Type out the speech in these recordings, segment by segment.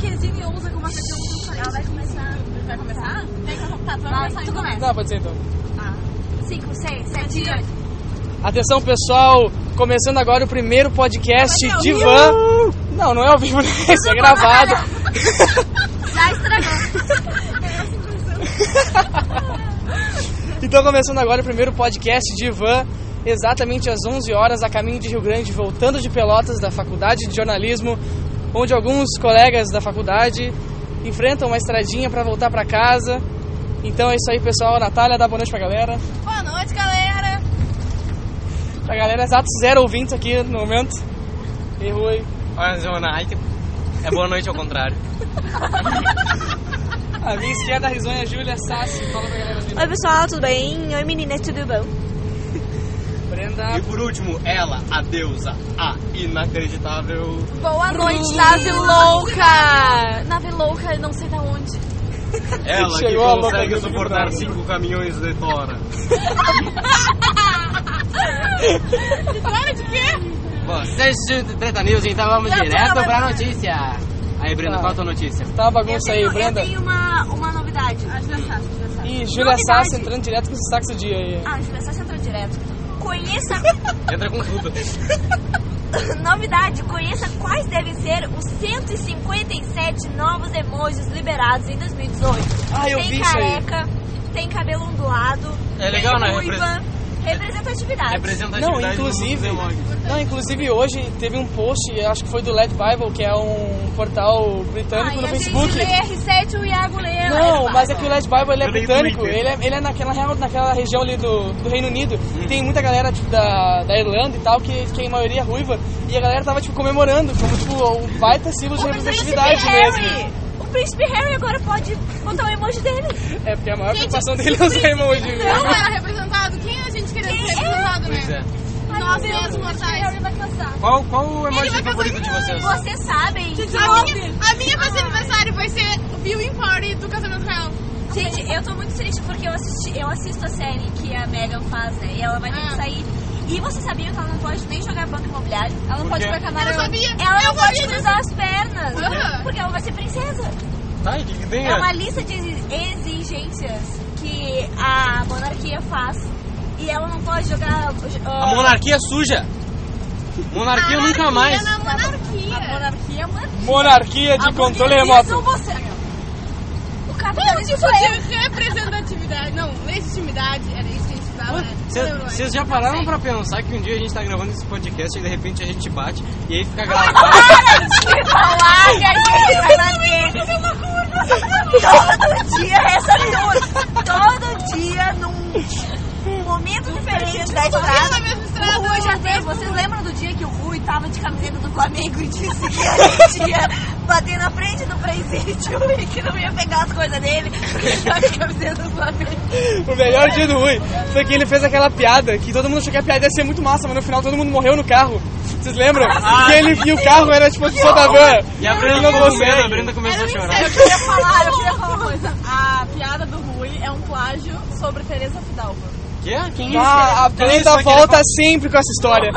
me ousa com uma um questão muito diferente. Ela vai começar. Vai começar? Vem com tá, tu vai Vai, começar Ah. tu então. começa. Tá, pode ser então. 5, 6, 7, 8. Atenção pessoal, começando agora o primeiro podcast Mas é ao de van. Não, não é ao vivo, né? isso é gravado. Já estragou. Então começando agora o primeiro podcast de van, exatamente às 11 horas a caminho de Rio Grande, voltando de Pelotas da Faculdade de Jornalismo, onde alguns colegas da faculdade enfrentam uma estradinha para voltar para casa. Então é isso aí, pessoal. Natália, dá boa noite pra galera. Boa noite, galera. Pra galera, exato zero ouvintes aqui no momento. Errou aí. Olha, Zona Ike. É boa noite ao contrário. A minha esquerda, a risonha, a Júlia Sassi. Fala pra galera. Júlia. Oi pessoal, tudo bem? Oi meninas, tudo bom? Brenda. E por último, ela, a deusa, a inacreditável. Boa noite, nave louca. Nave louca, não sei da onde. Ela que Chegou a louca consegue do suportar Big Brother. cinco caminhões de tora. Para de quê? Bom, seja de Treta News, então vamos Não, direto não, pra notícia. Aí, Brenda, Tá. qual a tua notícia? Tá uma bagunça aí, Brenda. Eu tenho uma, uma novidade. E Júlia Novidade. Sassi entrando direto com o saco do dia aí. Ah, Júlia, só você entrou direto. Conheça, Entra com tudo. novidade, conheça quais devem ser os 157 novos emojis liberados em 2018. Ah, eu tem vi isso aí. careca, tem cabelo ondulado, É legal, né? tem ruiva, Ah, representatividade. Representatividade Não, inclusive- do mundo dos emojis. Não, inclusive hoje teve um post, acho que foi do Led Bible, que é um portal britânico Ai, no a Facebook. gente lê R7, o Iago lê. Não, Ele mas é vai. que o Led Bible ele é Eu leio britânico, Twitter. ele é, ele é naquela, real- naquela região ali do, do Reino Unido. Hum. E tem muita galera tipo, da, da Irlanda e tal, que, que em maioria é ruiva. E a galera tava tipo, comemorando, como tipo, um baita símbolo de O príncipe representatividade Harry! mesmo. O príncipe Harry agora pode botar o emoji dele. É, porque a maior preocupação dele é usar emoji. Não era representado. Quem a gente queria ser representado, Pois né? é. Ai, Nós meu Deus, mesmos o príncipe mortais. Harry vai casar. Qual, qual é o emoji vai favorito de casar. vocês? Vocês sabem. A minha, a minha festa de aniversário vai ser o viewing party do casamento real. Gente, eu tô muito triste porque eu, assisti, eu assisto a série que a Megan faz, né? E ela vai ter Ah. que sair. E você sabia que ela não pode nem jogar banco imobiliário? Ela não Por pode quê? jogar Eu sabia. Ela eu não pode sabia. cruzar as pernas. Aham. Porque ela vai ser princesa. Tá, e o que, que tem? É uma lista de exigências que a monarquia faz. E ela não pode jogar. A monarquia suja. Monarquia nunca mais. Na monarquia. A monarquia é a monarquia. Monarquia A de controle monarquia remoto. são você. O Não, capitalismo é tipo sou eu. de representatividade. Não, legitimidade. Era isso que a gente precisava, né? Não lembro mais. Vocês já pararam pra pensar que um dia a gente tá gravando esse podcast e de repente a gente bate e aí fica gravado? falar que a gente vai bater. Todo dia essa turma. Todo dia num momento diferente da na estrada. mesma O estrada. Rui já fez. Vocês lembram do dia que o Rui tava de camiseta do Flamengo e disse que a gente ia bater na frente do presídio e que não ia pegar as coisas dele porque ele tava de camiseta do Flamengo? O melhor dia do Rui foi que ele fez aquela piada, que todo mundo achou que a piada ia ser muito massa, mas no final todo mundo morreu no carro. Vocês lembram? e ele e o carro era tipo de da van. E a Ele Brenda né? não ficou com medo, a consegue. Brenda começou a chorar. Eu queria falar, eu queria falar uma coisa. A piada do Rui é um plágio sobre Teresa Fidalgo. Que? Quem é Ah, a Brenda volta sempre com essa história.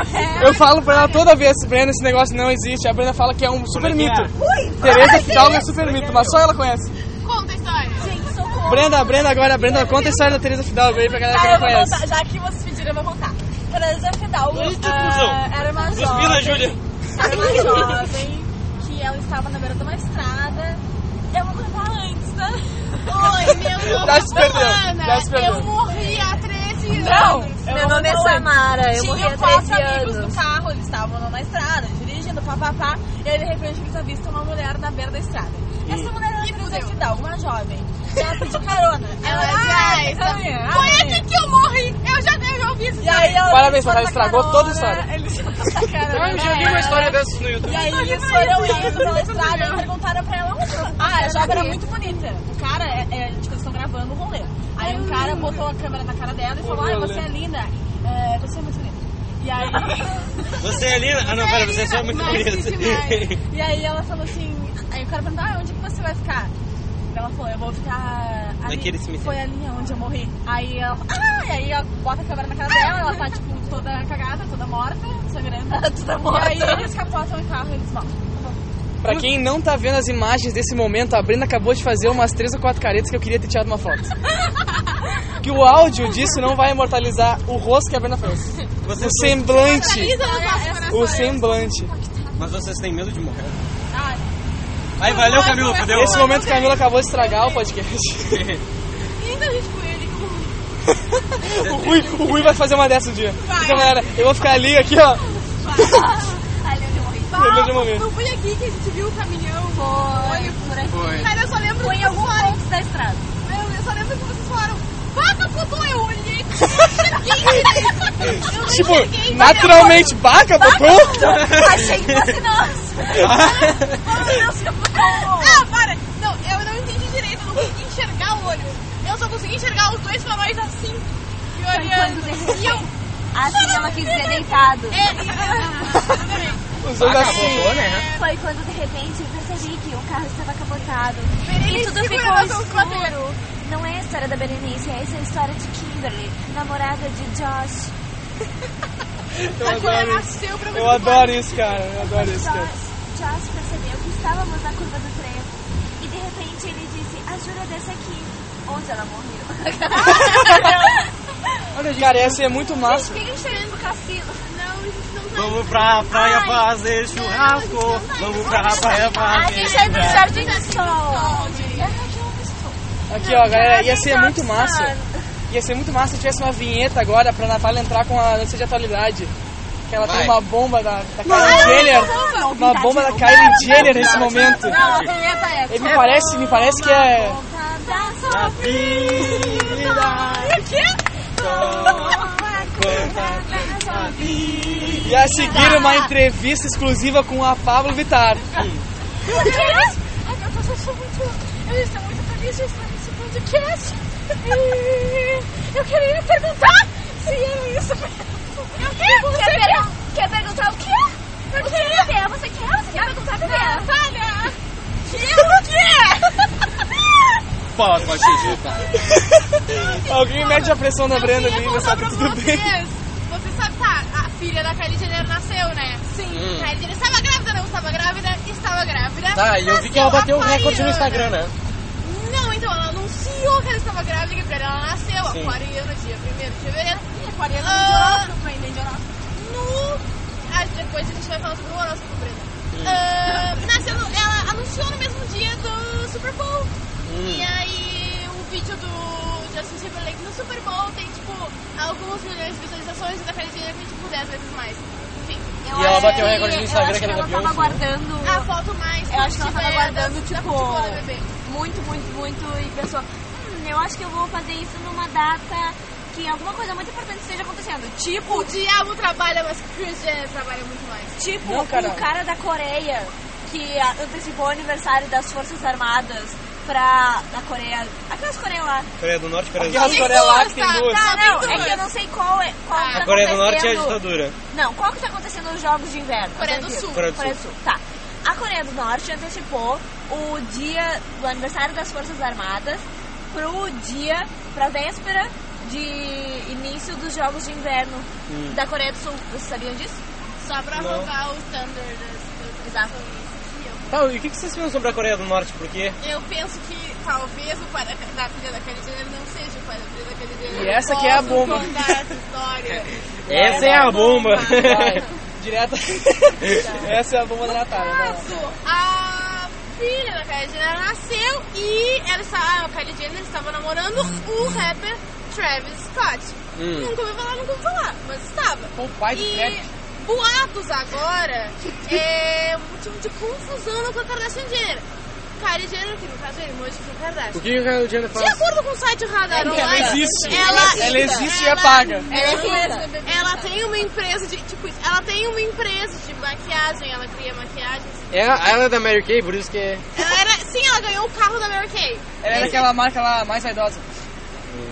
Eu falo pra ela toda vez, Brenda, esse negócio não existe. A Brenda fala que é um super Como é que mito. Tereza Fidalgo é super mito, mas só ela conhece. Conta a história. Gente, socorro. Brenda, Brenda, agora, Brenda, conta a história da Tereza Fidalgo aí pra galera que Tá, não eu vou conhece. contar. Já que vocês pediram, eu vou contar. Teresa Fidalgo Eita, ah, cuzão. era uma jovem. Suspira, Júlia. Era uma jovem que ela estava na beira de uma estrada. Eu vou contar antes, né? Oi, meu nome Já é se perdeu, Fulana. já se perdeu. Eu morri há 13 anos. Meu nome é Samara, eu morri há Tinha quatro 13 amigos anos. no carro, eles estavam numa estrada, dirigindo, papapá, e aí de repente eles avistam uma mulher na beira da estrada. Essa mulher era Teresa Fidalgo, uma jovem. E Ela pediu carona. Ela disse, ah, essa... Foi aqui que eu morri. Eu já, eu já ouvi isso. E aí ela Parabéns, Natália, estragou toda a história. Eles foram carona. Ah, eu já vi uma história dessas no E YouTube. aí eles foram indo pela estrada e perguntaram pra ela onde ela- Ah, a jovem era muito bonita. O cara, é, é, a gente eles estão gravando o rolê. Aí um cara botou a câmera na cara dela e falou, ai, você é linda. É, você é muito linda. E aí... Você é linda? Ah, não, pera, você é só muito Mas que bonita. demais. E aí ela falou assim... Aí o cara perguntou, ah, onde que você vai ficar? Ela falou, eu vou ficar ali. Naquele cemitério. Foi ali onde eu morri. Aí ela, ah, e aí ela bota a câmera na cara dela, ela tá tipo toda cagada, toda morta, sangrando. Toda morta. E aí eles capotam o carro e eles vão. Pra quem não tá vendo as imagens desse momento, a Brenda acabou de fazer umas três ou quatro caretas que eu queria ter tirado uma foto. Que o áudio disso não vai imortalizar o rosto que a Brenda fez. Vocês O É, semblante. Isa nos nossos corações. O semblante. é- Mas vocês têm medo de morrer? Ai. Aí, valeu, Camilo, fodeu. Nesse momento, Camila acabou de estragar o podcast. Ainda a gente com ele. com- O Rui, o Rui vai fazer uma dessa um dia. Vai. Então, galera, eu vou ficar ali, aqui, ó. Ali onde eu morri. Lembrei de um Bah, momento. Não foi aqui que a gente viu o caminhão. Foi por aqui. Foi. Cara, eu só lembro Foi em que vocês algum falaram. ponto da estrada. Eu, eu só lembro que vocês falaram. Vaca fudou, eu olhei. Eu não Tipo, enxerguei, mas naturalmente, baca, botou? Achei que fosse nós. Ah, para! Não, eu não entendi direito, eu não consegui enxergar o olho. Eu só consegui enxergar os dois faróis assim, me Tá quando olhando. derreteu. E eu. Assim ela quis dizer deitado. É, exatamente. Os dois assim. Acabou, né? Foi quando de repente eu percebi que o carro estava capotado. Berenice e tudo ficou segurando os escuro. Não é a história da Berenice, essa é a história de Kimberly, namorada de Josh. Eu A cor adoro isso. nasceu pra Eu adoro isso, cara. Eu adoro isso, é. cara. Josh, Josh percebeu que estávamos na curva do trevo. E de repente ele disse, ajuda dessa aqui. Onde ela morreu. Cara, essa é muito massa. Fiquem cheirando do cassino. Não, isso não tá vai. Vamos pra praia Ai. fazer churrasco. Vamos pra praia A fazer gente vai pro churrasco. Jardim do Sol. um Aqui, ó, galera, é, ia ser muito massa. Ia ser muito massa se tivesse uma vinheta agora pra Natália entrar com a notícia de atualidade. Que ela tem Vai. uma bomba da, da Kylie Jenner. não, Uma não, bomba da não, Kylie Jenner nesse momento. Não, a vinheta é... Ele me parece, me parece que é. Tá A vida E a seguir uma entrevista exclusiva com a Pablo Vittar. Ai, meu Deus, eu sou muito. Eu estou muito feliz de estar nesse podcast. E eu queria perguntar se é isso mesmo. Eu queria Quer, pergun- quer perguntar o quê? O que você quer? Você quer? Você quer perguntar primeiro? Natália! Que é? o quê? Pode, pode tá. digitar. Alguém mede a pressão Tá da Brenda Eu ali, queria mas contar sabe pra que tudo bem. vocês. Você sabe, tá, a filha da Kylie Jenner nasceu, né? Sim. Hum. Kylie Jenner estava grávida, não estava grávida, estava grávida. Tá, e eu vi que ela Nasceu bateu o a recorde no Aquariana. Instagram, né? Não, então ela anunciou que ela estava grávida, que pra ela ela nasceu, Sim. aquariana, dia 1 de fevereiro. Aquariana de horóscopo, mas nem de horóscopo. No... Ah, depois a gente vai falar sobre o horóscopo, Brenda. Ah, nasceu no- ela anunciou no mesmo dia do Super Bowl. E aí o vídeo do Justin Timberlake no Super Bowl tem, tipo, alguns milhões de visualizações e da Kylie Jenner tem, tipo, 10 vezes mais. Enfim. E ela bateu o recorde no Instagram que ela ela campeou, tava isso, né? aguardando A foto mais Eu acho que Ah, ela curtida tava é da- guardando, da tipo, futebola, bebê. muito, muito, muito e pensou, hum, eu acho que eu vou fazer isso numa data que alguma coisa muito importante esteja acontecendo. O Tipo, diabo trabalha, mas Chris Jenner trabalha muito mais. tipo Não, cara. o cara da Coreia que a- antecipou o aniversário das Forças Armadas pra... da Coreia, aquelas Coreias lá. Coreia do Norte, Coreia do é Aquela Sul. Coreia lá que tem duas. Tá, não, tem é que eu duas. não sei qual é. Qual que tá A Coreia do Norte é a acontecendo- ditadura. Não, qual que tá acontecendo nos Jogos de Inverno? Coreia do Eu perdi. Sul. Coreia do Tá. A Coreia do Norte antecipou o dia do aniversário das Forças Armadas pro dia, pra véspera de início dos Jogos de Inverno da Coreia do Sul. Vocês sabiam disso? Só pra Não. roubar o standard das Exato. Tá, e o que que vocês pensam sobre a Coreia do Norte? Por quê? Eu penso que talvez o pai da, da filha da Kylie Jenner não seja o pai da filha da Kylie Jenner. E essa que é a Posso bomba. contar essa história. Essa é a bomba! Vai, direto. Essa é a bomba da Natália. vai lá. Caso a filha da Kylie Jenner nasceu e ela estava, a Kylie Jenner estava namorando o rapper Travis Scott. Hum. Nunca ouvi falar, nunca ouvi falar, mas estava. O pai do E Trap. boatos agora é um tipo de confusão com a Kardashian Jenner. Kylie Jenner, que no caso é irmã de Kim Kardashian. O que que o Jenner De faz? acordo com o site Radar Ela Online, existe. ela, Ela existe e é paga. Ela, Ela é ela tem uma empresa de tipo, isso, ela tem uma empresa de maquiagem, ela cria maquiagens. Ela, ela é da Mary Kay, por isso que é... Ela era, sim, ela ganhou o carro da Mary Kay. Ela era É aquela marca lá mais vaidosa.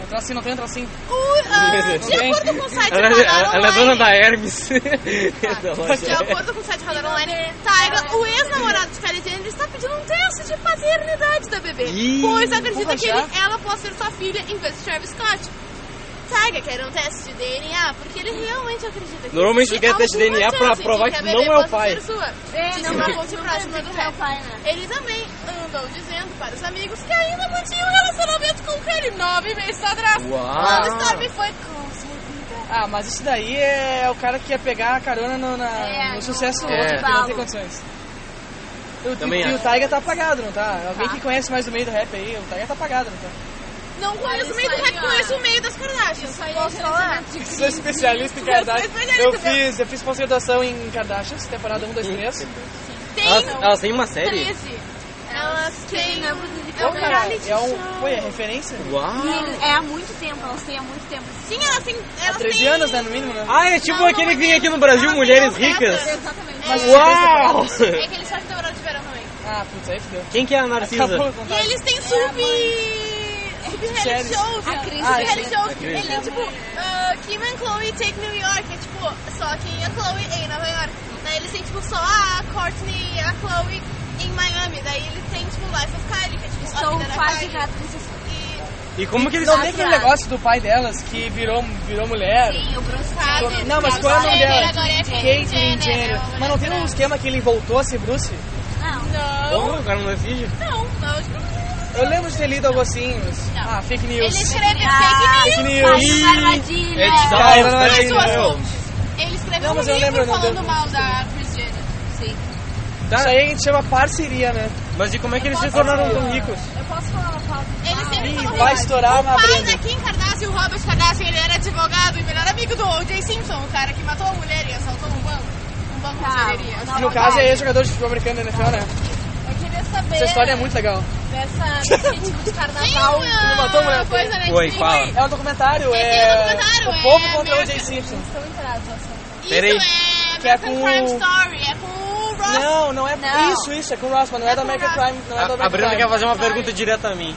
É tracinho, não tem tracinho. O, ah, de Não tem? acordo com o site Ela, Radar ela- ela é dona Online, da Hermes. Da loja. é. de acordo com é o site Radar Online, Tyga, o ex-namorado de Kylie Jenner está pedindo um teste de paternidade da bebê, Ih, pois acredita porra, que já? ele- ela possa ser sua filha em vez de Travis Scott. Saga, que era um teste de DNA, porque ele realmente acredita que. Normalmente ele quer existe teste de alguma DNA pra chance de provar a que bebê não é o possa pai. ser sua, É, de não, ser mas- fonte não próxima tem do que ser réu. o pai, né? Ele também andou dizendo para os amigos que ainda mantinha um relacionamento com o Kelly nove meses atrás. Uau! Quando Storm foi conseguida. Ah, mas isso daí é o cara que ia pegar a carona no, na- É, no sucesso do no outro, que não tem embalo. condições. O, Também e, e o acho. Taiga tá apagado, não tá? Alguém Tá. que conhece mais do meio do rap aí, o Taiga tá apagado, não tá? Não conheço o meio isso do aí, rap, ó. conheço o meio das né? Kardashians. Isso aí é Posso falar? gerenciamento de Sou crise. especialista em Kardashian. especialista, Eu fiz, eu fiz pós-graduação em Kardashians, temporada 1, 2, 3. Tem Elas, elas têm uma série? 13. Elas têm. É Pô, um cara, reality é show. um. Foi, é referência? Assim. E Uau! ele- É há muito tempo, elas têm há muito tempo. Sim, elas têm. Há Elas 13 têm... anos, né, no mínimo, né? Ah, é tipo aquele que vem aqui no Brasil, Ela tem Mulheres oferta. Ricas. Exatamente. Mas- Uau! É que eles fazem temporada de verão também. Ah, putz, aí fudeu. Quem que é a Narcisa? Acabou com E vontade. eles têm sub. sub reality Séries. shows. A crise sub de- reality A shows. crise. Ele é tipo. ah, Kim and Chloe take New York. É tipo. Só que a Chloe em Nova York. Daí eles têm tipo só a Courtney e a Chloe em Miami. Daí eles têm tipo Life of Kylie, que é tipo a Estou vida da quase Kylie. gato. E. E como que eles... Não tem aquele negócio do pai delas que virou, virou mulher? o Bruce Sabe? Não, mas qual é o nome Agora dela? agora é Caitlyn Jenner, Jenner. é uma Mas não tem um esquema que ele voltou a ser Bruce? Não. Como? Agora não é decide. Não, não, tipo, Eu lembro de ter lido algo assim. mas- Ah, fake news. ele escreve Ah, fake Fake news. Mas news. uma armadilha. It's Tá, all mas não é fake Mas o news. assunto. Ele escreveu Não, um mas eu lembro, livro não falando lembro. mal da Kris Jenner. Sim. Isso aí a gente chama parceria, né? Mas e como é que eles se tornaram tão ricos? Eu posso falar uma pausa? Ele sempre Ih, falou Ah, vai isso. estourar O na pai Brenda. da Kim Kardashian, o Robert Kardashian, ele era advogado e melhor amigo do O.J. Simpson, o cara que matou a mulher e assaltou um banco. Um banco de Tá, joalheria. não. No caso, é jogador de futebol americano da NFL, né? Eu queria saber Essa história é muito legal. dessa, desse ritmo de carnaval. Tem Não uma matou a mulher. coisa né, na Oi, Disney. fala. É um documentário, Esse é... é um documentário, o é povo contra o American- O.J. Simpson. Isso Peraí. é Que é American com Crime o- Story, é com o Ross. Não, não é Não. isso, isso. É com o Rossman, não é, É da com o American Rossman. Crime. Não é da A, a American Brenda quer Crime. fazer uma pergunta direta a mim.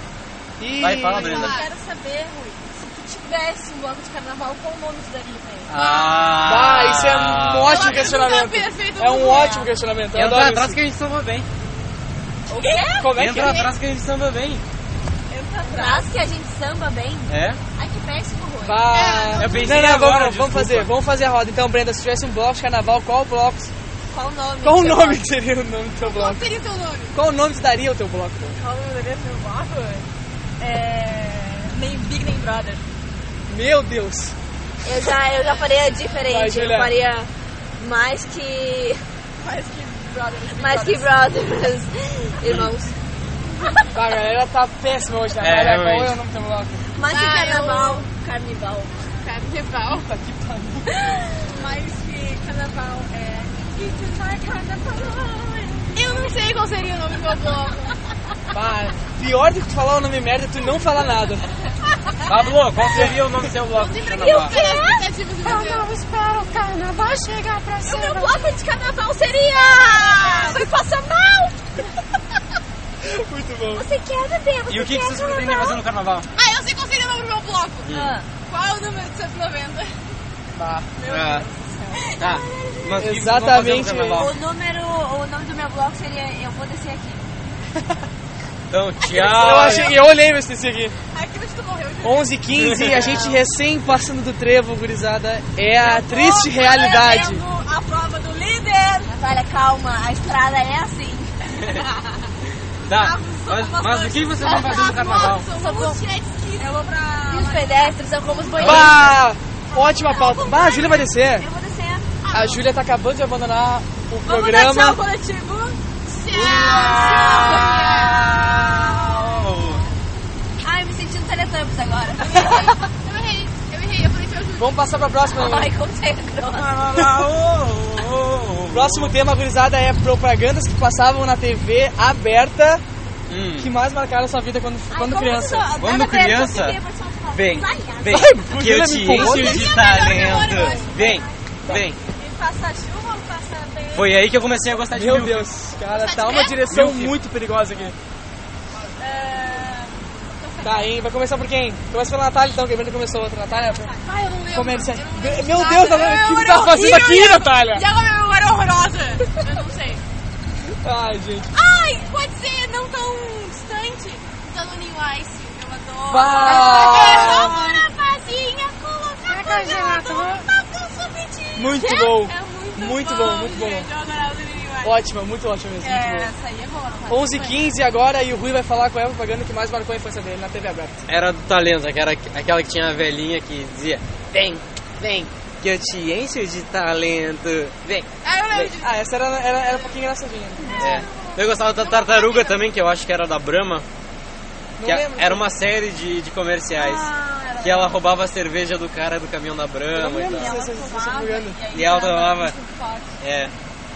Ih, Vai, fala, Brenda. Eu quero saber, Rui, se tu tivesse um bloco de carnaval, qual o nome tu daria pra ele? Ah, Ah, isso é um Ela ótimo pergunta questionamento. perfeito É do um mundo. ótimo questionamento. Eu Entra adoro atrás isso. que a gente samba bem. O quê? Como é que Entra é? atrás que a gente samba bem. Traz que a gente samba bem. É? Ai, que péssimo, Rui. Bah. Eu pensei não, não, agora, vamos, vamos desculpa. fazer, vamos fazer a roda. Então, Brenda, se tivesse um bloco de carnaval, qual bloco? Qual o nome? Qual o do seu nome que seria o nome do teu Qual bloco? seria o teu nome? Qual o nome que daria o teu bloco? Qual o nome desse meu bloco? É... Nem Big Nem Brother. Meu Deus! Eu já, eu já faria diferente. Vai, eu Juliana. faria mais que. Mas que Ah, brother. Mais que brothers, irmãos. Tá, a galera tá péssima hoje, né? É, Cara, qual é realmente. o nome do teu bloco? Mais que é Ah, carnaval. Carnival. Carnival. Puta que pariu. Mas que carnaval é... It's my carnaval. Eu não sei qual seria o nome do meu bloco. Bah, Pior do que tu falar o nome merda, tu não falar nada. Pablo, qual seria o nome do seu bloco? de Eu é tipo carnaval? quero! O meu bloco de carnaval seria. Rui passa mal! Muito bom. Você quer beber? Você E o que, quer que vocês pretendem carnaval? fazer no carnaval? Ah, eu sei qual seria o nome do meu bloco. Ah. Qual é o número de 190? Bah. Ah, tá. Mas o que vocês vão fazer no Exatamente. carnaval? Ah, O número, o nome do meu bloco seria Eu Vou Descer Aqui. Então, Eu, tchau. achei, eu olhei esse aqui. Aquilo que tu morreu, gente. 11 15 a gente recém passando do trevo, gurizada. É a triste realidade. A prova do líder. Natália, calma, a estrada é assim. Tá. Mas, mas o que vocês vão fazer no carnaval? Somos jet skis. Eu vou pra... E os pedestres são como os banheiros. Bah! Ótima pauta. Bah, a Júlia vai descer. Eu vou descer. A Júlia tá acabando de abandonar o Vamos dar tchau, programa. coletivo. Ah, Tchau. Ai, me senti no Teletubbies agora. Eu errei. Eu errei. Eu falei que eu juro. Vamos passar pra próxima. Ai, como você é grossa. Próximo tema, gurizada, é propagandas que passavam na TV aberta Hum. que mais marcaram sua vida quando, Ai, quando como criança. eu sou- Quando nada perto, criança, eu queria participar. Vem, Vai, cara. vem, que eu Juliana te me empurrou, encho né? de talento. Vem, vem. Passar chuva ou passar bem? Foi aí que eu comecei a gostar de Meu Milk. Deus, cara, tá uma direção Milk. muito perigosa aqui. É. Tá, hein? Vai começar por quem? Começa pela Natália, então, que a Brenda começou outra. Natália, Ah, eu não lembro. começa. Eu não é Meu lembro de Deus, nada. Natália, o que Eu tu tá era fazendo horrível. aqui, Natália? E agora minha memória é horrorosa. Eu não sei. Ai, gente. Ai, pode ser não tão distante da Luna Ice. Eu adoro. Bah! Eu sou uma rapazinha com um Muito bom. É muito, Muito bom, bom, muito bom. gente. Eu adorava o Lili Martin. Ótima, muito ótima mesmo. É, Muito essa aí é boa. boa. 11 h 15 agora e o Rui vai falar qual é a propaganda que mais marcou a infância dele na TV aberta. Era do talento, que era aquela que tinha a velhinha que dizia: Vem, vem, que eu te encho de talento. Vem. Ah, eu lembro disso. Ah, essa era, era, era um pouquinho engraçadinha. É. Eu gostava da Tartaruga também, que eu acho que era da Brahma. Não Que a- lembro. Ah, era uma série de, de comerciais. que ela roubava a cerveja do cara do caminhão da Eu não Brahma e lembro tal. dessa, dessa, dessa propaganda. E ela tomava. É.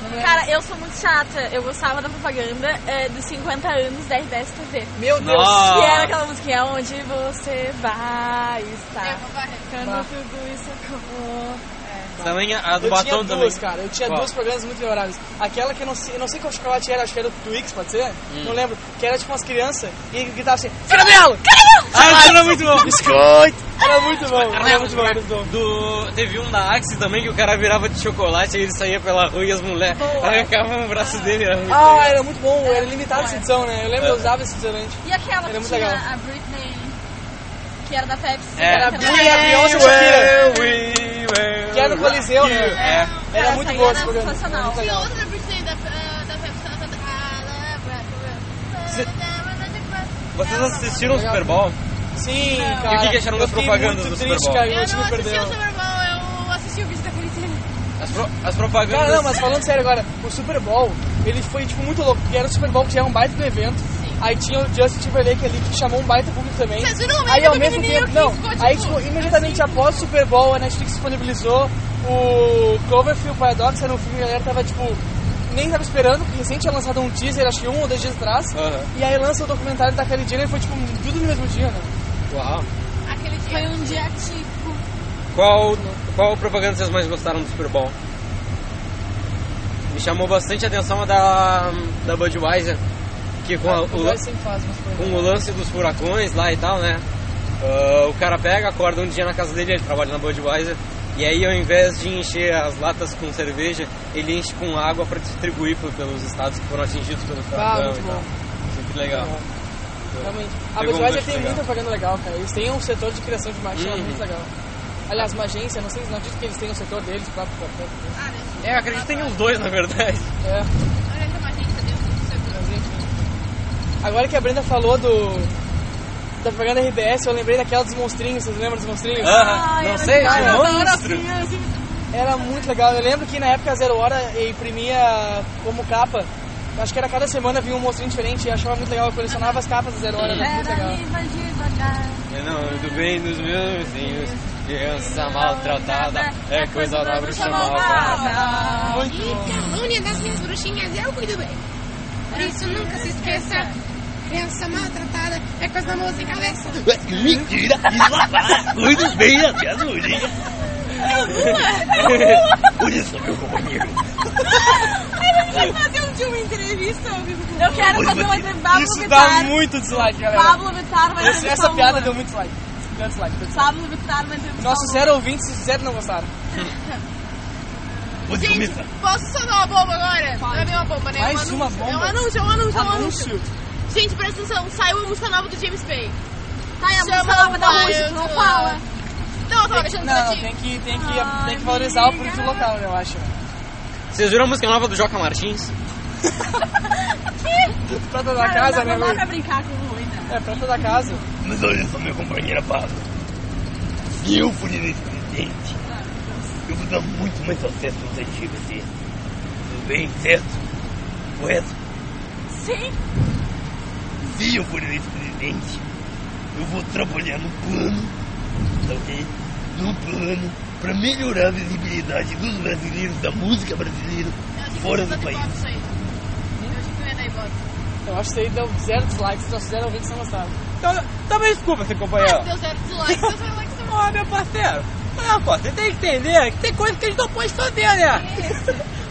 Uhum. Cara, eu sou muito chata. Eu gostava da propaganda eh, dos 50 anos da RBS TV. Meu Deus. Nossa. Que era aquela musiquinha onde você vai estar. Eu vou varrer. Bah. Quando tudo isso acabou. Também a a do Eu batom tinha também. duas, cara. Eu tinha Qual? duas programas muito memoráveis. Aquela que eu não sei, eu não sei qual chocolate era, acho que era do Twix, pode ser? Hum. Não lembro. Que era tipo umas crianças e gritava assim, caramelo! Ah, isso era muito bom. Biscoito! Era muito bom, era muito bom, era muito bom. Do, teve um da Axe também que o cara virava de chocolate e ele saía pela rua e as mulheres arrancavam o braço dele. Era muito bom. Ah, era muito bom, era limitado essa edição, né? Eu lembro, É. eu usava esse desodorante. E aquela Era que muito tinha legal. a Britney, que era da Pepsi. É. Era a Aquela- Britney, era a Beyoncé e a Shakira. Que era no Coliseu, né? É. Era Cara, muito essa bom aí esse era programa. sensacional. Era muito E legal. outra Britney da, ah, da Pepsi, ela canta- Ah, lá, blá, blá, blá. Vocês assistiram o Super Bowl? Sim, E cara. o que que acharam eu das fiquei propagandas muito do Super triste, Bowl? Cara, Eu meu não time assisti perdeu. o Super Bowl, eu assisti o vídeo da quarentena. As, pro- as propagandas. Cara, não, mas falando sério agora, o Super Bowl, ele foi, tipo, muito louco, porque era o Super Bowl que já é um baita do evento. Aí tinha o Justin Timberlake ali, que chamou um baita público também. Vocês viram o meme Aí, ao do mesmo menininho tempo, que não, ficou, aí, tipo, tipo, imediatamente após o Super Bowl, a Netflix disponibilizou o Cloverfield Paradox, era um filme que a galera tava, tipo, nem tava esperando, porque recente tinha lançado um teaser, acho que um ou dois dias atrás. Aham. E aí lança o documentário da Kylie Jenner, e foi, tipo, tudo no mesmo dia, né? Uau. Aquele dia. Foi um dia tipo. Qual, qual propaganda vocês mais gostaram do Super Bowl? Me chamou bastante atenção a da, da Budweiser, que com, a- o, Mas sempre é assim faz, mas foi. com o lance dos furacões lá e tal, né? Ah, o cara pega, acorda um dia na casa dele, ele trabalha na Budweiser, e aí ao invés de encher as latas com cerveja, ele enche com água para distribuir pro- pelos estados que foram atingidos pelo Ah, furacão muito e bom. tal. Muito legal. Realmente. A Pegou um Budweiser gancho tem legal. muita propaganda legal, cara. Eles têm um setor de criação de marca Uhum. muito legal. Aliás, uma agência, não sei, não acredito que eles têm um setor deles próprio. próprio, próprio. É, eu acredito em os dois, na verdade. É, Ah, né? Olha como a gente deu tudo certo. mas enfim. Agora que a Brenda falou do da propaganda RBS, eu lembrei daquela dos monstrinhos, vocês lembram dos monstrinhos? Ah, não sei, legal. tinha um monstro. Era muito legal. Eu lembro que na época a Zero Hora imprimia como capa. Acho que era cada semana vinha um monstrinho diferente e eu achava muito legal. Eu colecionava as capas da Zero Hora, era muito legal. Eu É, não do bem dos meus vizinhos, criança maltratada, é coisa da bruxa malvada. Muito bom. calúnia das minhas bruxinhas, eu cuido bem. Por isso nunca se esqueça. Criança maltratada é coisa da mão sem cabeça. Mentira, muito bem até as mulheres. Por isso, meu companheiro, Fazer um dia uma entrevista, eu quero fazer uma entrevista. Isso dá muito dislike, galera. Pablo Vittar vai Esse- entrevistar essa o piada Lula. deu muito dislike. Deu dislike. deu dislike. Pablo Vittar vai entrevistar Nossos o Lula. zero ouvintes, zero não gostaram. pode Gente, começar. posso soltar uma bomba agora? Não é bem uma bomba, né? Mais é um uma anúncio. bomba? É um anúncio, é um anúncio, é um anúncio. Anúncio. Gente, presta atenção, saiu a música nova do James Bay. Tá, e a Chama música nova da Wild Ruth, tu não Wild. fala. Não, eu tava deixando pra Não, ti. tem que, tem que, Ai, tem que valorizar o produto amiga. local, eu acho. Vocês viram a música nova do Joca Martins? Prata da casa, né? não dá Lu? pra brincar com o Rui, né? É, prata da casa. Mas olha só, minha companheira Pablo. Se eu for eleito presidente, eu vou dar muito mais sucesso aos antigos assim. Tudo bem, certo? Correto? Sim. Se eu for eleito presidente, eu vou trabalhar no plano, tá ok? No plano para melhorar a visibilidade dos brasileiros, da música brasileira, fora do país. Isso aí. Eu achei que eu ia dar ibope. Eu acho que isso aí deu zero dislikes, nossos zero ouvintes não gostaram. Também Então, desculpa, seu Ah, companheiro. deu zero dislike, deu zero like também. Ah, meu parceiro, ah, pô, você tem que entender que tem coisa que a gente não pode fazer, né?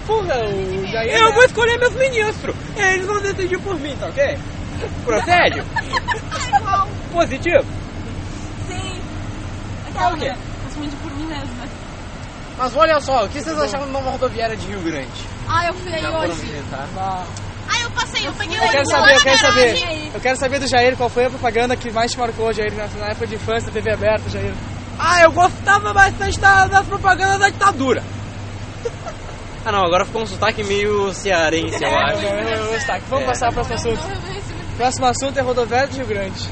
Porra, o Jair. né? Eu vou escolher meus ministros, eles vão decidir por mim, tá ok? Procede? Positivo? Sim. o quê? Respondi por mim mesma. Mas olha só, o que vocês acharam da nova rodoviária de Rio Grande? Ah, eu fui aí Já foram hoje. visitar? Ah, Ah, eu passei, eu peguei Eu o quero ônibus saber, lá eu quero na garagem. saber. Eu quero saber do Jair qual foi a propaganda que mais te marcou, Jair, na, na época de infância, TV aberta, Jair. Ah, eu gostava bastante da, da propaganda da ditadura. Ah não, agora ficou um sotaque meio cearense, É, eu acho. Eu- eu- sotaque. Vamos É. passar para o próximo assunto. Próximo assunto é rodoviária do Rio Grande.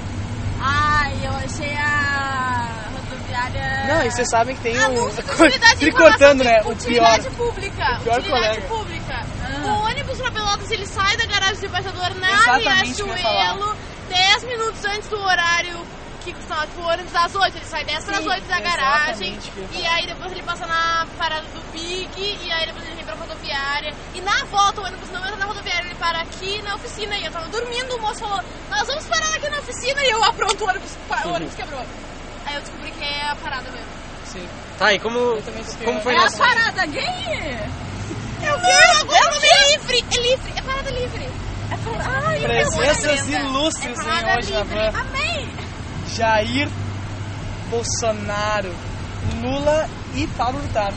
Ai, eu achei a rodoviária. Não, e vocês sabem que tem um. Anúncio de utilidade Tricotando, né? informação O de pior. Utilidade pública. pior utilidade colega. Ah. pública. O ônibus pra Pelotas, ele sai da garagem do embaixador na Exatamente o que eu ia Riachuelo, 10 minutos antes do horário que costuma tipo, o ônibus das 8. Ele sai 10 para as 8 da garagem. exatamente o que eu ia E aí depois ele passa na parada do Big. E aí depois ele vem pra rodoviária. E na volta o ônibus não entra na rodoviária, ele para aqui na oficina. E eu tava dormindo, o moço falou: Nós vamos parar aqui na oficina. E eu apronto o ônibus, o ônibus quebrou. Aí eu descobri que é a parada mesmo. Sim. Tá, e como, também sei. como foi É a nosso... parada gay! Eu vi, É eu vi. livre, é livre, é parada livre. É parada, ai, Presenças ilustres, é hein, parada hoje na livre. van. Amei. Jair Bolsonaro, Lula e Paulo Hurtado.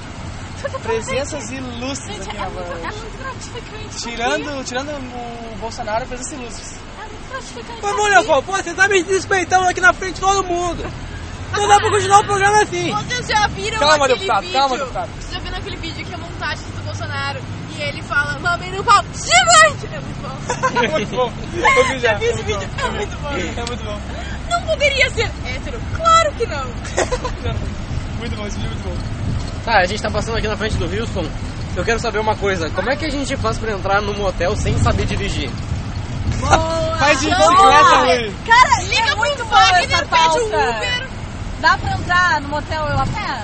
Presenças ilustres Gente, aqui é na van muito, é hoje. muito gratificante. Tirando, tirando o Bolsonaro, presenças ilustres. É muito gratificante. Leopoldo, pô, você tá me desrespeitando aqui na frente de todo mundo. Não dá pra continuar o programa assim. Vocês já viram Calma, aquele deputado, vídeo? calma, deputado. Vocês já viram aquele vídeo que é montagem do Bolsonaro e ele fala, mamei no pau, gigante! É muito bom. muito bom. Eu vi já. Já vi esse é muito vídeo, é muito bom. bom. É muito bom. Não poderia ser hétero, claro que não. Muito bom, esse vídeo é muito bom. Tá, a gente tá passando aqui na frente do Houston. Eu quero saber uma coisa, como é que a gente faz pra entrar num motel sem saber dirigir? Faz de bicicleta, Rui. Cara, Liga é muito pro boa Wagner, essa pede um pauta. Uber. Dá pra entrar no motel eu a pé?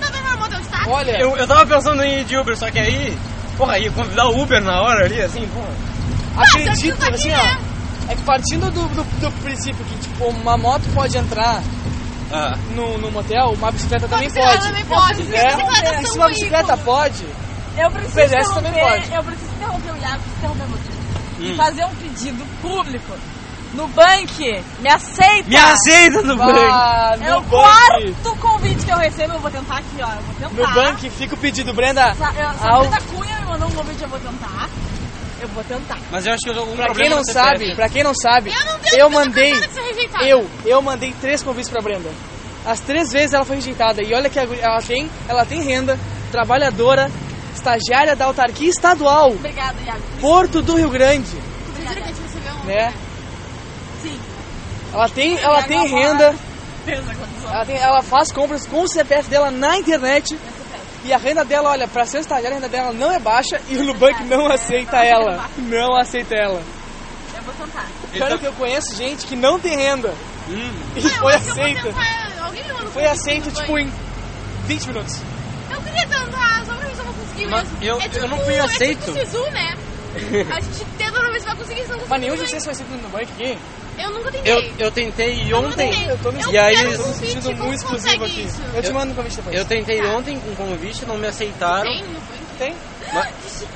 Tá vendo a moto de táxi? Olha, Eu, eu tava pensando em ir de Uber, só que aí, porra, ia convidar o Uber na hora ali, assim, porra. acredito, assim, aqui, ó. É que partindo do, do, do princípio que, tipo, uma moto pode entrar Ah, no, no motel, uma bicicleta também bicicleta pode. também pode, É, bicicletas se são É uma bicicleta pode, Eu preciso Beleza, interromper- também pode. Eu preciso interromper o Iago, preciso interromper você. E Hum. fazer um pedido público. No bank, me aceita! me aceita no banco! vá É no o banco. quarto convite que eu recebo, eu vou tentar aqui, ó. Eu vou tentar. No Tá. bank fica o pedido, Brenda. Sa- eu- Ao- Sabrina Cunha me mandou um convite, eu vou tentar. Eu vou tentar. Mas eu acho que eu tô com um Pra problema quem não no CPF. sabe, pra quem não sabe, Eu não tenho eu tanta mandei, vontade de ser rejeitada. eu, eu mandei três convites pra Brenda. As três vezes ela foi rejeitada. E olha que a guri- ela tem, ela tem renda, trabalhadora, estagiária da autarquia estadual, Obrigada, Iago. Porto do Rio Grande, Vocês viram que a gente recebeu um né? Sim. Ela tem, ela tem agora? renda, Deus, aconteceu. ela, tem, ela faz compras com o CPF dela na internet. E a renda dela, olha, pra ser estagiária, a renda dela não é baixa e o Nubank não aceita ela. Não aceita ela. Eu vou tentar. Ele Cara tá- que eu conheço gente que não tem renda Hum, e Ah, eu foi acho que eu vou aceita. tentar- Alguém me mandou Foi um convite aceito, no tipo, banho. em 20 minutos. Eu queria tentar, só pra ver se eu vou conseguir Mas mesmo. eu- é eu tipo, não fui é aceito. tipo Sisu, né? A gente tenta pra ver se vai conseguir, se não conseguir. Mas nenhum de também. vocês foi aceito no Nubank aqui? Eu nunca tentei. eu, eu tentei Eu não ontem. tentei. Eu tô me Eu E aí, quero tô eu me convite, sentindo como muito exclusivo consegue aqui. Isso? Eu te Eu- mando o convite depois. Eu tentei ontem com convite, não me aceitaram. Tem Ah, no banco? Tem? ma-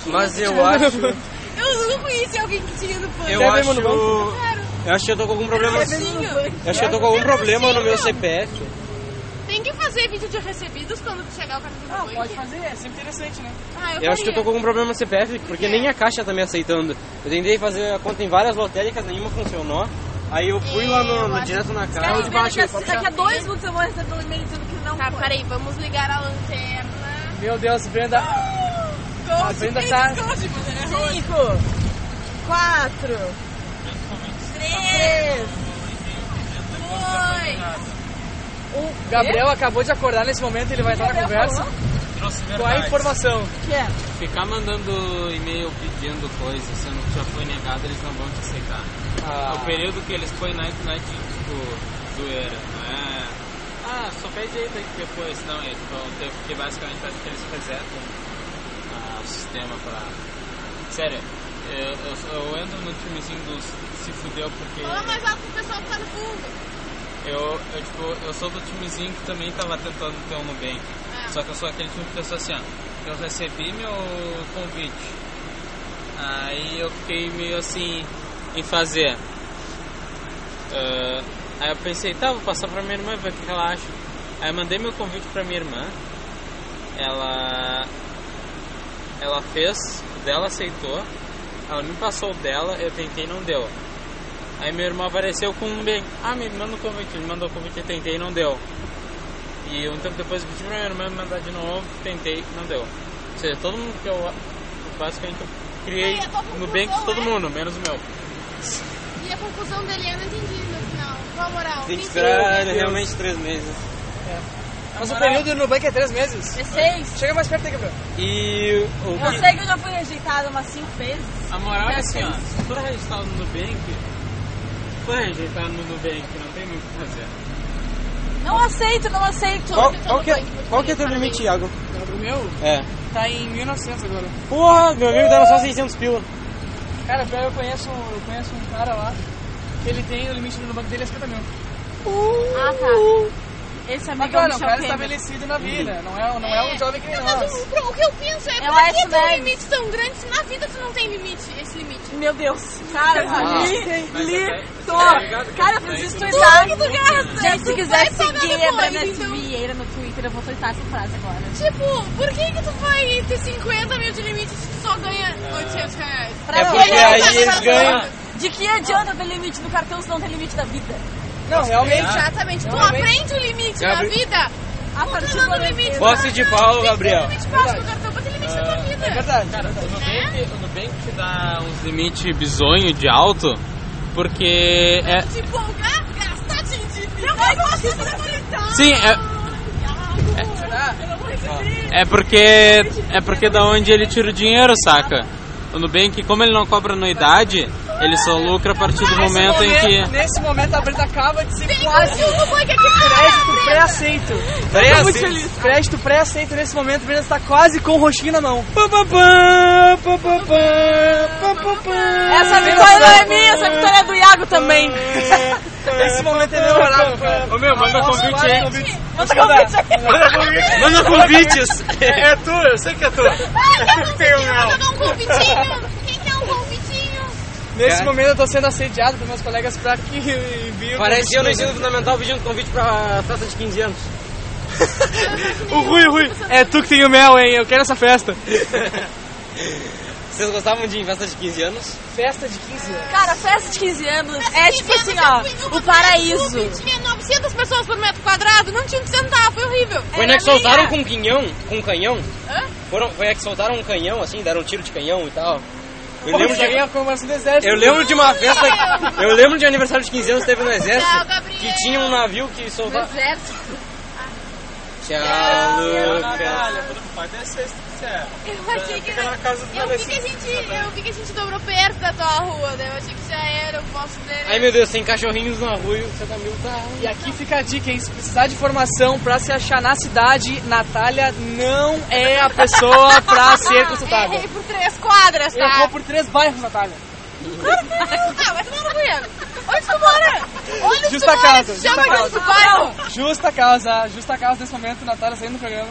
Mas eu acho. Eu nunca conheci alguém que tinha no banco. Eu Quer acho. mesmo no banco? Eu acho que eu tô com algum problema. Eu Claro. acho que eu tô com algum Eu não problema sei, no meu não. CPF. Tem que fazer vídeo de recebidos quando chegar o cartão do Ah, banco. pode fazer, é sempre interessante, né? Ah, eu, Eu acho que eu tô faria. com algum problema no CPF, porque nem a caixa tá me aceitando. Eu tentei fazer a conta em várias lotéricas, nenhuma funcionou. Aí eu fui lá no, no- direto na tá Quero caixa. ver daqui, a- daqui a dois minutos eu vou receber um e-mail dizendo que não Tá, foi. peraí, vamos ligar a lanterna. Meu Deus, Brenda. Ah, A Brenda tá. Cinco, quatro, três, O Gabriel acabou de acordar nesse momento, ele vai entrar na Gabriel Tá, conversa. Qual é a informação? que é? Ficar mandando e-mail pedindo coisas, sendo que já foi negado, eles não vão te aceitar. Ah, Ah. O período que eles põem na internet, tipo, zoeira, não é? Ah, só pede aí daqui depois, não, é tipo, é um tempo que basicamente faz que eles resetam ah, o sistema pra. Sério, eu, eu, eu entro no timezinho dos se fudeu porque. Fala mais alto pro pessoal que tá no fundo. Eu, eu, tipo, eu sou do timezinho que também tava tentando ter um Nubank. Só que eu sou aquele time que pensou assim, ó, eu recebi meu convite. Aí eu fiquei meio assim em fazer. Ah, aí eu pensei, tá, vou passar pra minha irmã, ver o que que ela acha. Aí eu mandei meu convite pra minha irmã. Ela. Ela fez, o dela aceitou. Ela me passou o dela, eu tentei não deu. Aí meu irmão apareceu com um bem. Ah, me manda o convite. Ele mandou o convite, eu tentei, não deu. E um tempo depois eu pedi pra minha irmã me mandar de novo, tentei, não deu. seja, todo mundo que eu. Basicamente eu criei Aí, a tua no bem conclusão todo é- mundo, menos o meu. E a conclusão dele é, eu não entendi no final. Qual a moral? Tem que Quem criou? esperar realmente três meses. Mas o período no banco é três meses. É seis. Chega mais perto aí, Gabriel. E o Uhum. Eu que- sei que eu já fui rejeitada umas cinco vezes. A moral é assim, ó, se for registrado no Nubank, se for rejeitado no Nubank, não tem muito o que fazer. Não aceito, não aceito. Qual, qual que é, qual que é teu tá limite, Iago? O meu É. tá em 1900 agora. Porra, meu amigo tá dava só 600 pila. Cara, pior, eu conheço, eu conheço um cara lá que ele tem o limite no banco dele é 50 mil. um. Ah, tá. Esse Mas amigo é o claro, é um Michel cara Temer. estabelecido na vida, não é, não é um jovem que nem nós. Mas o, o que eu penso é, Eu por que acho leve. tu tem um limite tão grande se na vida tu não tem limite, esse limite? Meu Deus, cara, Ah, li, mas é li, até- tô. tá ligado? Cara, eu Mas preciso tudo estudar. que tu gasta, Gente, tu se quiser vai pagar seguir é a depois, Brenda então. Vieira no Twitter, eu vou soltar essa frase agora. Tipo, por que que tu vai ter 50 mil de limite se tu só ganha 800 reais? Pra É mim, porque não aí tá eles certo. ganham. De que adianta ter limite no cartão se não tem limite da vida? Não, é realmente. Exatamente, tu Realmente. aprende o limite Gabriel. da vida é A partir do controlando o momento limite. Posse de pau, Gabriel. Ah. Tem que ter um limite baixo no cartão pra ter limite na tua vida. É verdade. Cara, o Nubank, o Nubank te dá uns limites bizonho de alto, porque é... Tipo, ah, gastar de endividar. Eu vou gastar de Sim, é, tá. É porque é porque da onde ele tira o dinheiro, saca? O Nubank, como ele não cobra anuidade, ele só lucra a partir do momento em que. Nesse momento a Brenda acaba de ser quase é crédito pré-aceito. Pré-aceito. Tô muito feliz. Crédito pré-aceito nesse momento, a Brenda está quase com o roxinho na mão. Pam, pam, pam, pam, pam, pam, pam, pam, pam. Essa vitória não é minha, essa vitória é do Iago também. Esse momento é memorável, cara. Ô meu, manda convite aí. Manda convite aqui. Manda convites! É tu, eu sei que é tu. Vou dar um convitinho. Quem quer um convitinho? Nesse Cara. momento eu tô sendo assediado pelos meus colegas pra que enviem o Parece eu no convite. ensino fundamental pedindo convite pra festa de 15 anos. O Rui, Rui, é tu que tem o mel, hein? Eu quero essa festa. Vocês gostavam de ir em festa de 15 anos? Festa de 15 anos. Cara, festa de 15 anos Festa é de tipo 15 assim, anos, eu fui ó, numa o paraíso. clube, Tinha 900 pessoas por metro quadrado, não tinha onde sentar, foi horrível. Foi Era né que soltaram minha. com quinhão, com um canhão? Hã? Foram, foi é que soltaram um canhão, assim, deram um tiro de canhão e tal. Eu Pô, lembro cheguei de, a comemoração do exército. eu lembro de uma festa. Eu lembro de aniversário de 15 anos que teve no Tchau, exército Gabriel. que tinha um navio que soltava. Exército. Tchau, Lucas. Pode ser se quiser. Eu achei que Fica era. na casa do Eu vi, que a gente, eu vi que a gente dobrou perto da tua rua, né? Eu né? achei que já era o vosso Ai dele. meu Deus, tem cachorrinhos no arruio, você tá mil tá. E aqui fica a dica, hein? Se precisar de informação pra se achar na cidade, Natália não é a pessoa pra ser consultada. Ah, Errei por três quadras, Eu vou tá? por três bairros, Natália. Ah, vai tomar no banheiro. Onde tu mora? Onde Justa tu mora? causa, Se chama justa onde causa. tu bairro. Justa causa, justa causa nesse momento, Natália saindo do programa.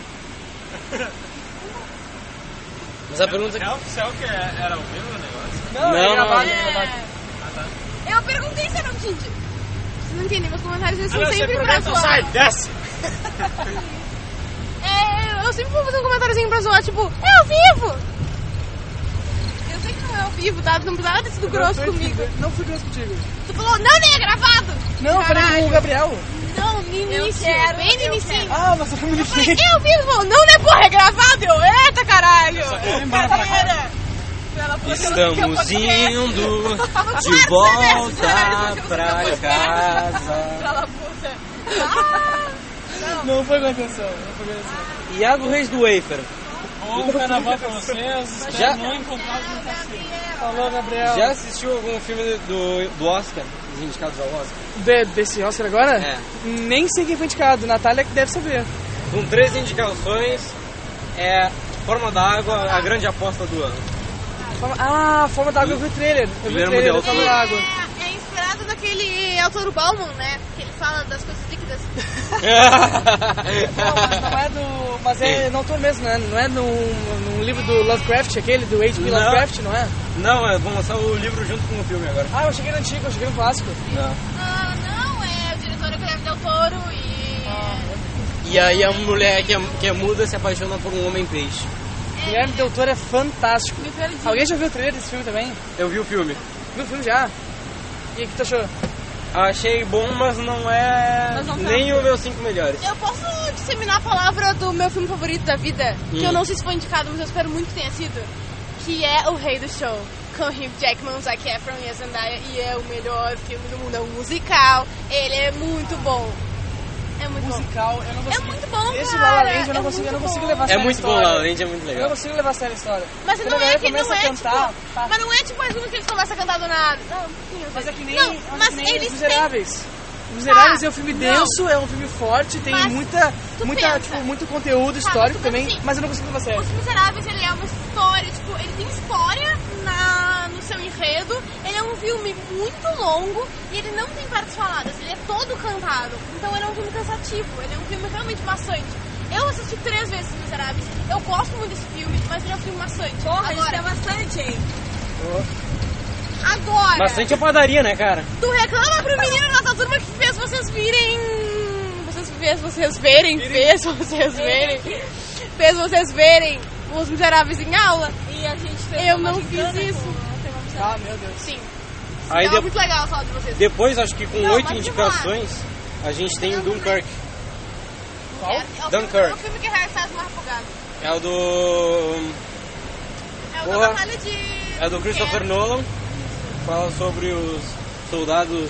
Mas a pergunta é. É oficial que era o mesmo negócio? Não, é Não, gravado, não. é gravado. Eu perguntei se era um Tinder. Vocês não entendem, meus comentários eles são Ah, não, sempre pra aproveita, zoar. desce! É, eu sempre vou fazer um comentáriozinho pra zoar, tipo, é ao vivo! Eu sei que não é ao vivo, tá? Tu não precisava ter sido grosso Não fui- comigo. Não fui grosso contigo. Tu falou, não, nem é gravado! Não, eu falei com o Gabriel. Não, no início, quero, bem no inicinho. Ah, mas eu fui no Falei, é ao vivo! Não, né, porra, é gravado! Eu, eita, caralho! Caralho! Estamos indo Tava no de quarto volta semestre, pra né? casa. Cala a boca. Não foi com atenção, não foi com atenção. Iago Reis do Wafer. Bom carnaval pra vocês, espero Já- não encontrar os Falou, Gabriel. Já assistiu algum filme do, do Oscar? Dos indicados ao Oscar? De- desse Oscar agora? É. Nem sei quem foi indicado. Natália que deve saber. Com três indicações, é Forma da Água, a grande aposta do ano. Forma- Ah, Forma da Água, eu vi o trailer. Eu vi o Guilherme trailer da Del Forma Toro. da Água. É, é inspirado naquele autor Bauman, né? Que ele fala das coisas líquidas. Não, mas não é do... Mas é no autor mesmo, né? Não é num, num livro do Lovecraft, aquele do H.P. Não. Lovecraft, não é? Não, é, vamos lançar o livro junto com o filme agora. Ah, eu cheguei no antigo, eu cheguei no clássico. Não. Ah, não, é o diretor Guilherme Del Toro e... E aí a mulher que é, que é muda se apaixona por um homem peixe. Guilherme Del Toro é fantástico. Me perdi. Alguém já viu o trailer desse filme também? Eu vi o filme. Viu o filme já? E aí, o que tu achou? Achei bom, mas não é Mas não tá. nem o meu cinco melhores. Eu posso disseminar a palavra do meu filme favorito da vida, que Hum. eu não sei se foi indicado, mas eu espero muito que tenha sido, que é O Rei do Show, com Hugh Jackman, Zac Efron e a Zendaya, e é o melhor filme do mundo, é um musical, ele é muito bom. É muito bom. musical, eu não É consigo. muito bom, Esse cara, La La Land eu é não consigo, eu não muito consigo bom. levar a É sério a muito bom, história. La La Land é muito Eu não legal. consigo levar a sério a história. Mas Quando não a galera é que começa não a é, cantar, tipo, pá. mas não é tipo as músicas que eles começam a cantar do nada. Não, sim, eu Mas sei. é que nem, não, é que mas nem eles Os têm Miseráveis. Os Miseráveis é um filme não. denso, é um filme forte, tem Mas muita, tu muita, pensa. tipo, muito conteúdo histórico tu pensa também, assim, mas eu não consigo levar a sério. Os Miseráveis, ele é uma história, tipo, ele tem história na, no seu enredo, ele é um filme muito longo e ele não tem partes faladas, ele é todo cantado. Então ele é um filme cansativo, ele é um filme realmente maçante. Eu assisti três vezes Os Miseráveis, eu gosto muito desse filme, mas ele é um filme maçante. Porra, a gente agora, tem bastante, hein? agora Bastante a padaria, né, cara? tu reclama pro menino da nossa turma que fez vocês virem... Vocês fez vocês verem, fez vocês verem, fez vocês verem Os Miseráveis em aula. E a gente fez Eu uma não fiz gigana isso. com- tem uma opção. Ah, meu Deus. Sim. Aí Tava de- é muito legal falar de vocês. depois, acho que com Não, oito mas indicações, a gente tem Não, Dunkirk. É, é o Dunkirk. filme- É o filme que Harry Styles mais afogado. É o do. É o Porra. da batalha de... É do Christopher Nolan. Fala sobre os soldados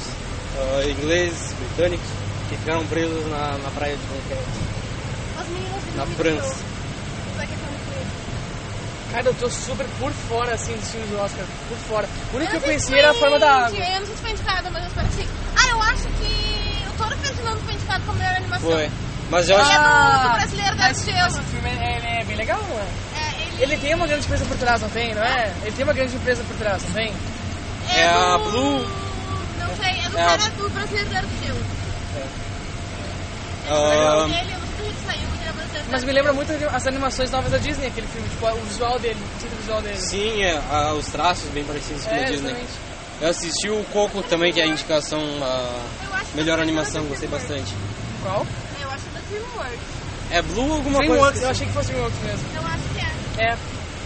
ah, ingleses, britânicos, que ficaram presos na, na praia de Dunkirk. É, As meninas do Na filme França. do- Só que é filme com- Cara, eu tô super por fora, assim, dos filmes do Oscar, por fora. O único que não tá eu sei se conheci era a foi forma da água. indi- Eu não sei se foi indicada, mas eu espero que sim. Ah, eu acho que o Toro Ferdinando foi indicado como melhor animação. Foi. Mas eu acho. Ah, do brasileiro da mas, Estrela. mas o filme é, ele é bem legal, não é? É, ele... Ele tem uma grande empresa por trás, não tem, não é? Ele tem uma grande empresa por trás, não tem? É a do- Blue. Não sei, é do É a- cara do brasileiro da Estrela. é ah, Ele, eu não sei se ele saiu, ele era brasileiro da Mas me lembra muito as animações novas da Disney, aquele filme, tipo, o visual dele, o tipo visual dele. sim, é, ah, os traços bem parecidos com o é, Disney. exatamente. Eu assisti o Coco também, que é a indicação ah, a Eu acho que melhor foi animação, da gostei DreamWorks. bastante. Qual? Eu acho da DreamWorks. É Blue alguma Dreamworks, eu coisa? achei que fosse Dreamworks mesmo. Eu acho que é. É,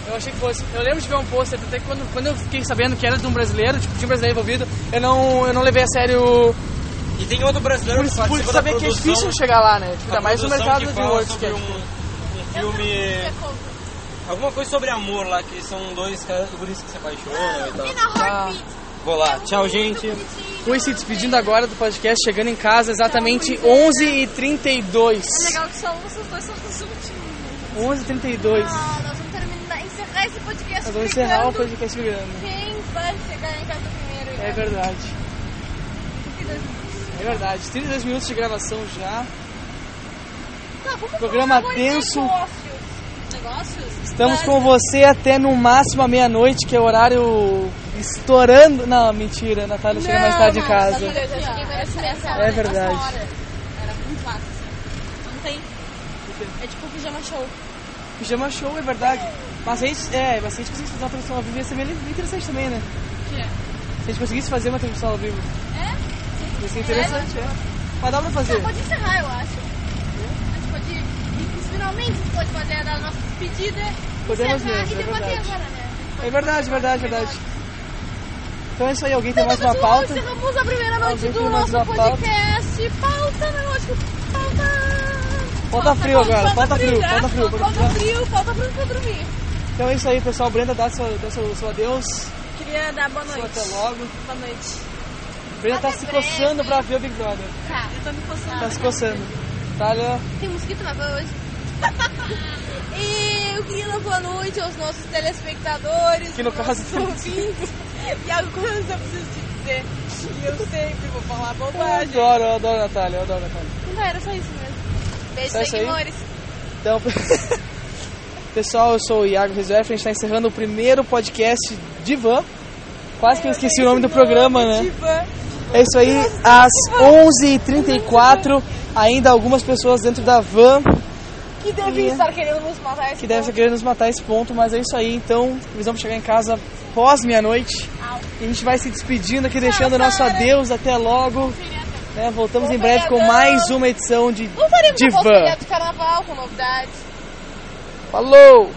eu achei que fosse. Eu lembro de ver um pôster, até que quando, quando eu fiquei sabendo que era de um brasileiro, tipo, de um brasileiro envolvido, eu não, eu não levei a sério E tem outro brasileiro por, que participou por um da saber que é produção, difícil chegar lá, né? Tipo, da ainda mais no produção mercado do que fala Dreamworks, que sobre é, tipo, um, um Eu não sei se é filme... como. Alguma coisa sobre amor lá, que são dois caras guris que se apaixonam e E tal. na Ah. Heartbeat. Vou lá, tchau gente. Foi se despedindo agora do podcast, chegando em casa exatamente 11h32. É legal que só um, vocês dois são os últimos. 11h32. Ah, nós vamos terminar, encerrar esse podcast. Nós vamos encerrar o brigando podcast brigando. Quem vai chegar em casa primeiro? né? É verdade. É verdade. 32 minutos de gravação já. Não, Tá, vamos Programa falar de tenso. negócios. Negócios? Estamos com você até no máximo a meia-noite, que é o horário estourando. Não, mentira, a Natália chega mais tarde em casa. Eu já cheguei várias vezes. É verdade. Era muito massa. assim. Não tem. É tipo o pijama show. Pijama show, é verdade. Mas a gente, é, mas se a gente conseguisse fazer uma transmissão ao vivo, ia ser bem interessante também, né? Se a gente conseguisse fazer uma transmissão ao vivo. É? Ia ser interessante, é. Mas dá pra fazer. Não, pode encerrar, eu acho. A gente pode ir- finalmente pode fazer a da nossa despedida. Podemos encerrar mesmo, e é debater verdade. agora, né? É verdade, verdade, verdade. Então é isso aí, alguém tem Então, mais uma pessoal, pauta? encerramos a primeira noite Alguém do tem mais nosso uma pauta? podcast. Pauta na noite. Pauta. Falta frio agora, falta frio, já. falta frio. né? Falta frio, falta frio pra dormir. Então é isso aí, pessoal. Brenda, dá seu, dá seu, seu adeus, Queria dar boa seu noite. até logo. Boa noite. Brenda tá se coçando pra ver o Big Brother. Tá. Eu tô me coçando. Tá se coçando. Talha. Tem mosquito na rua hoje. e eu queria dar boa noite aos nossos telespectadores, Que no aos caso- nossos ouvintes. e algumas eu preciso te dizer. E eu sempre vou falar Eu bobagem. adoro, eu adoro a Natália, eu adoro a Natália. Não era só isso mesmo. Beijo, Só isso aí? seguidores. Então, pessoal, eu sou o Iago Rizef, a gente está encerrando o primeiro podcast de van. Quase É, que eu esqueci o nome do programa, né? É isso aí, às 11h34, ainda algumas pessoas dentro da van Que devem E- estar querendo nos matar esse que devem estar querendo nos matar esse ponto, mas é isso aí, então eles vão chegar em casa pós meia-noite e a gente vai se despedindo aqui, deixando o nosso adeus, até logo. né? Voltamos em breve com mais uma edição de Voltaremos de ao van. do carnaval com novidades. Falou!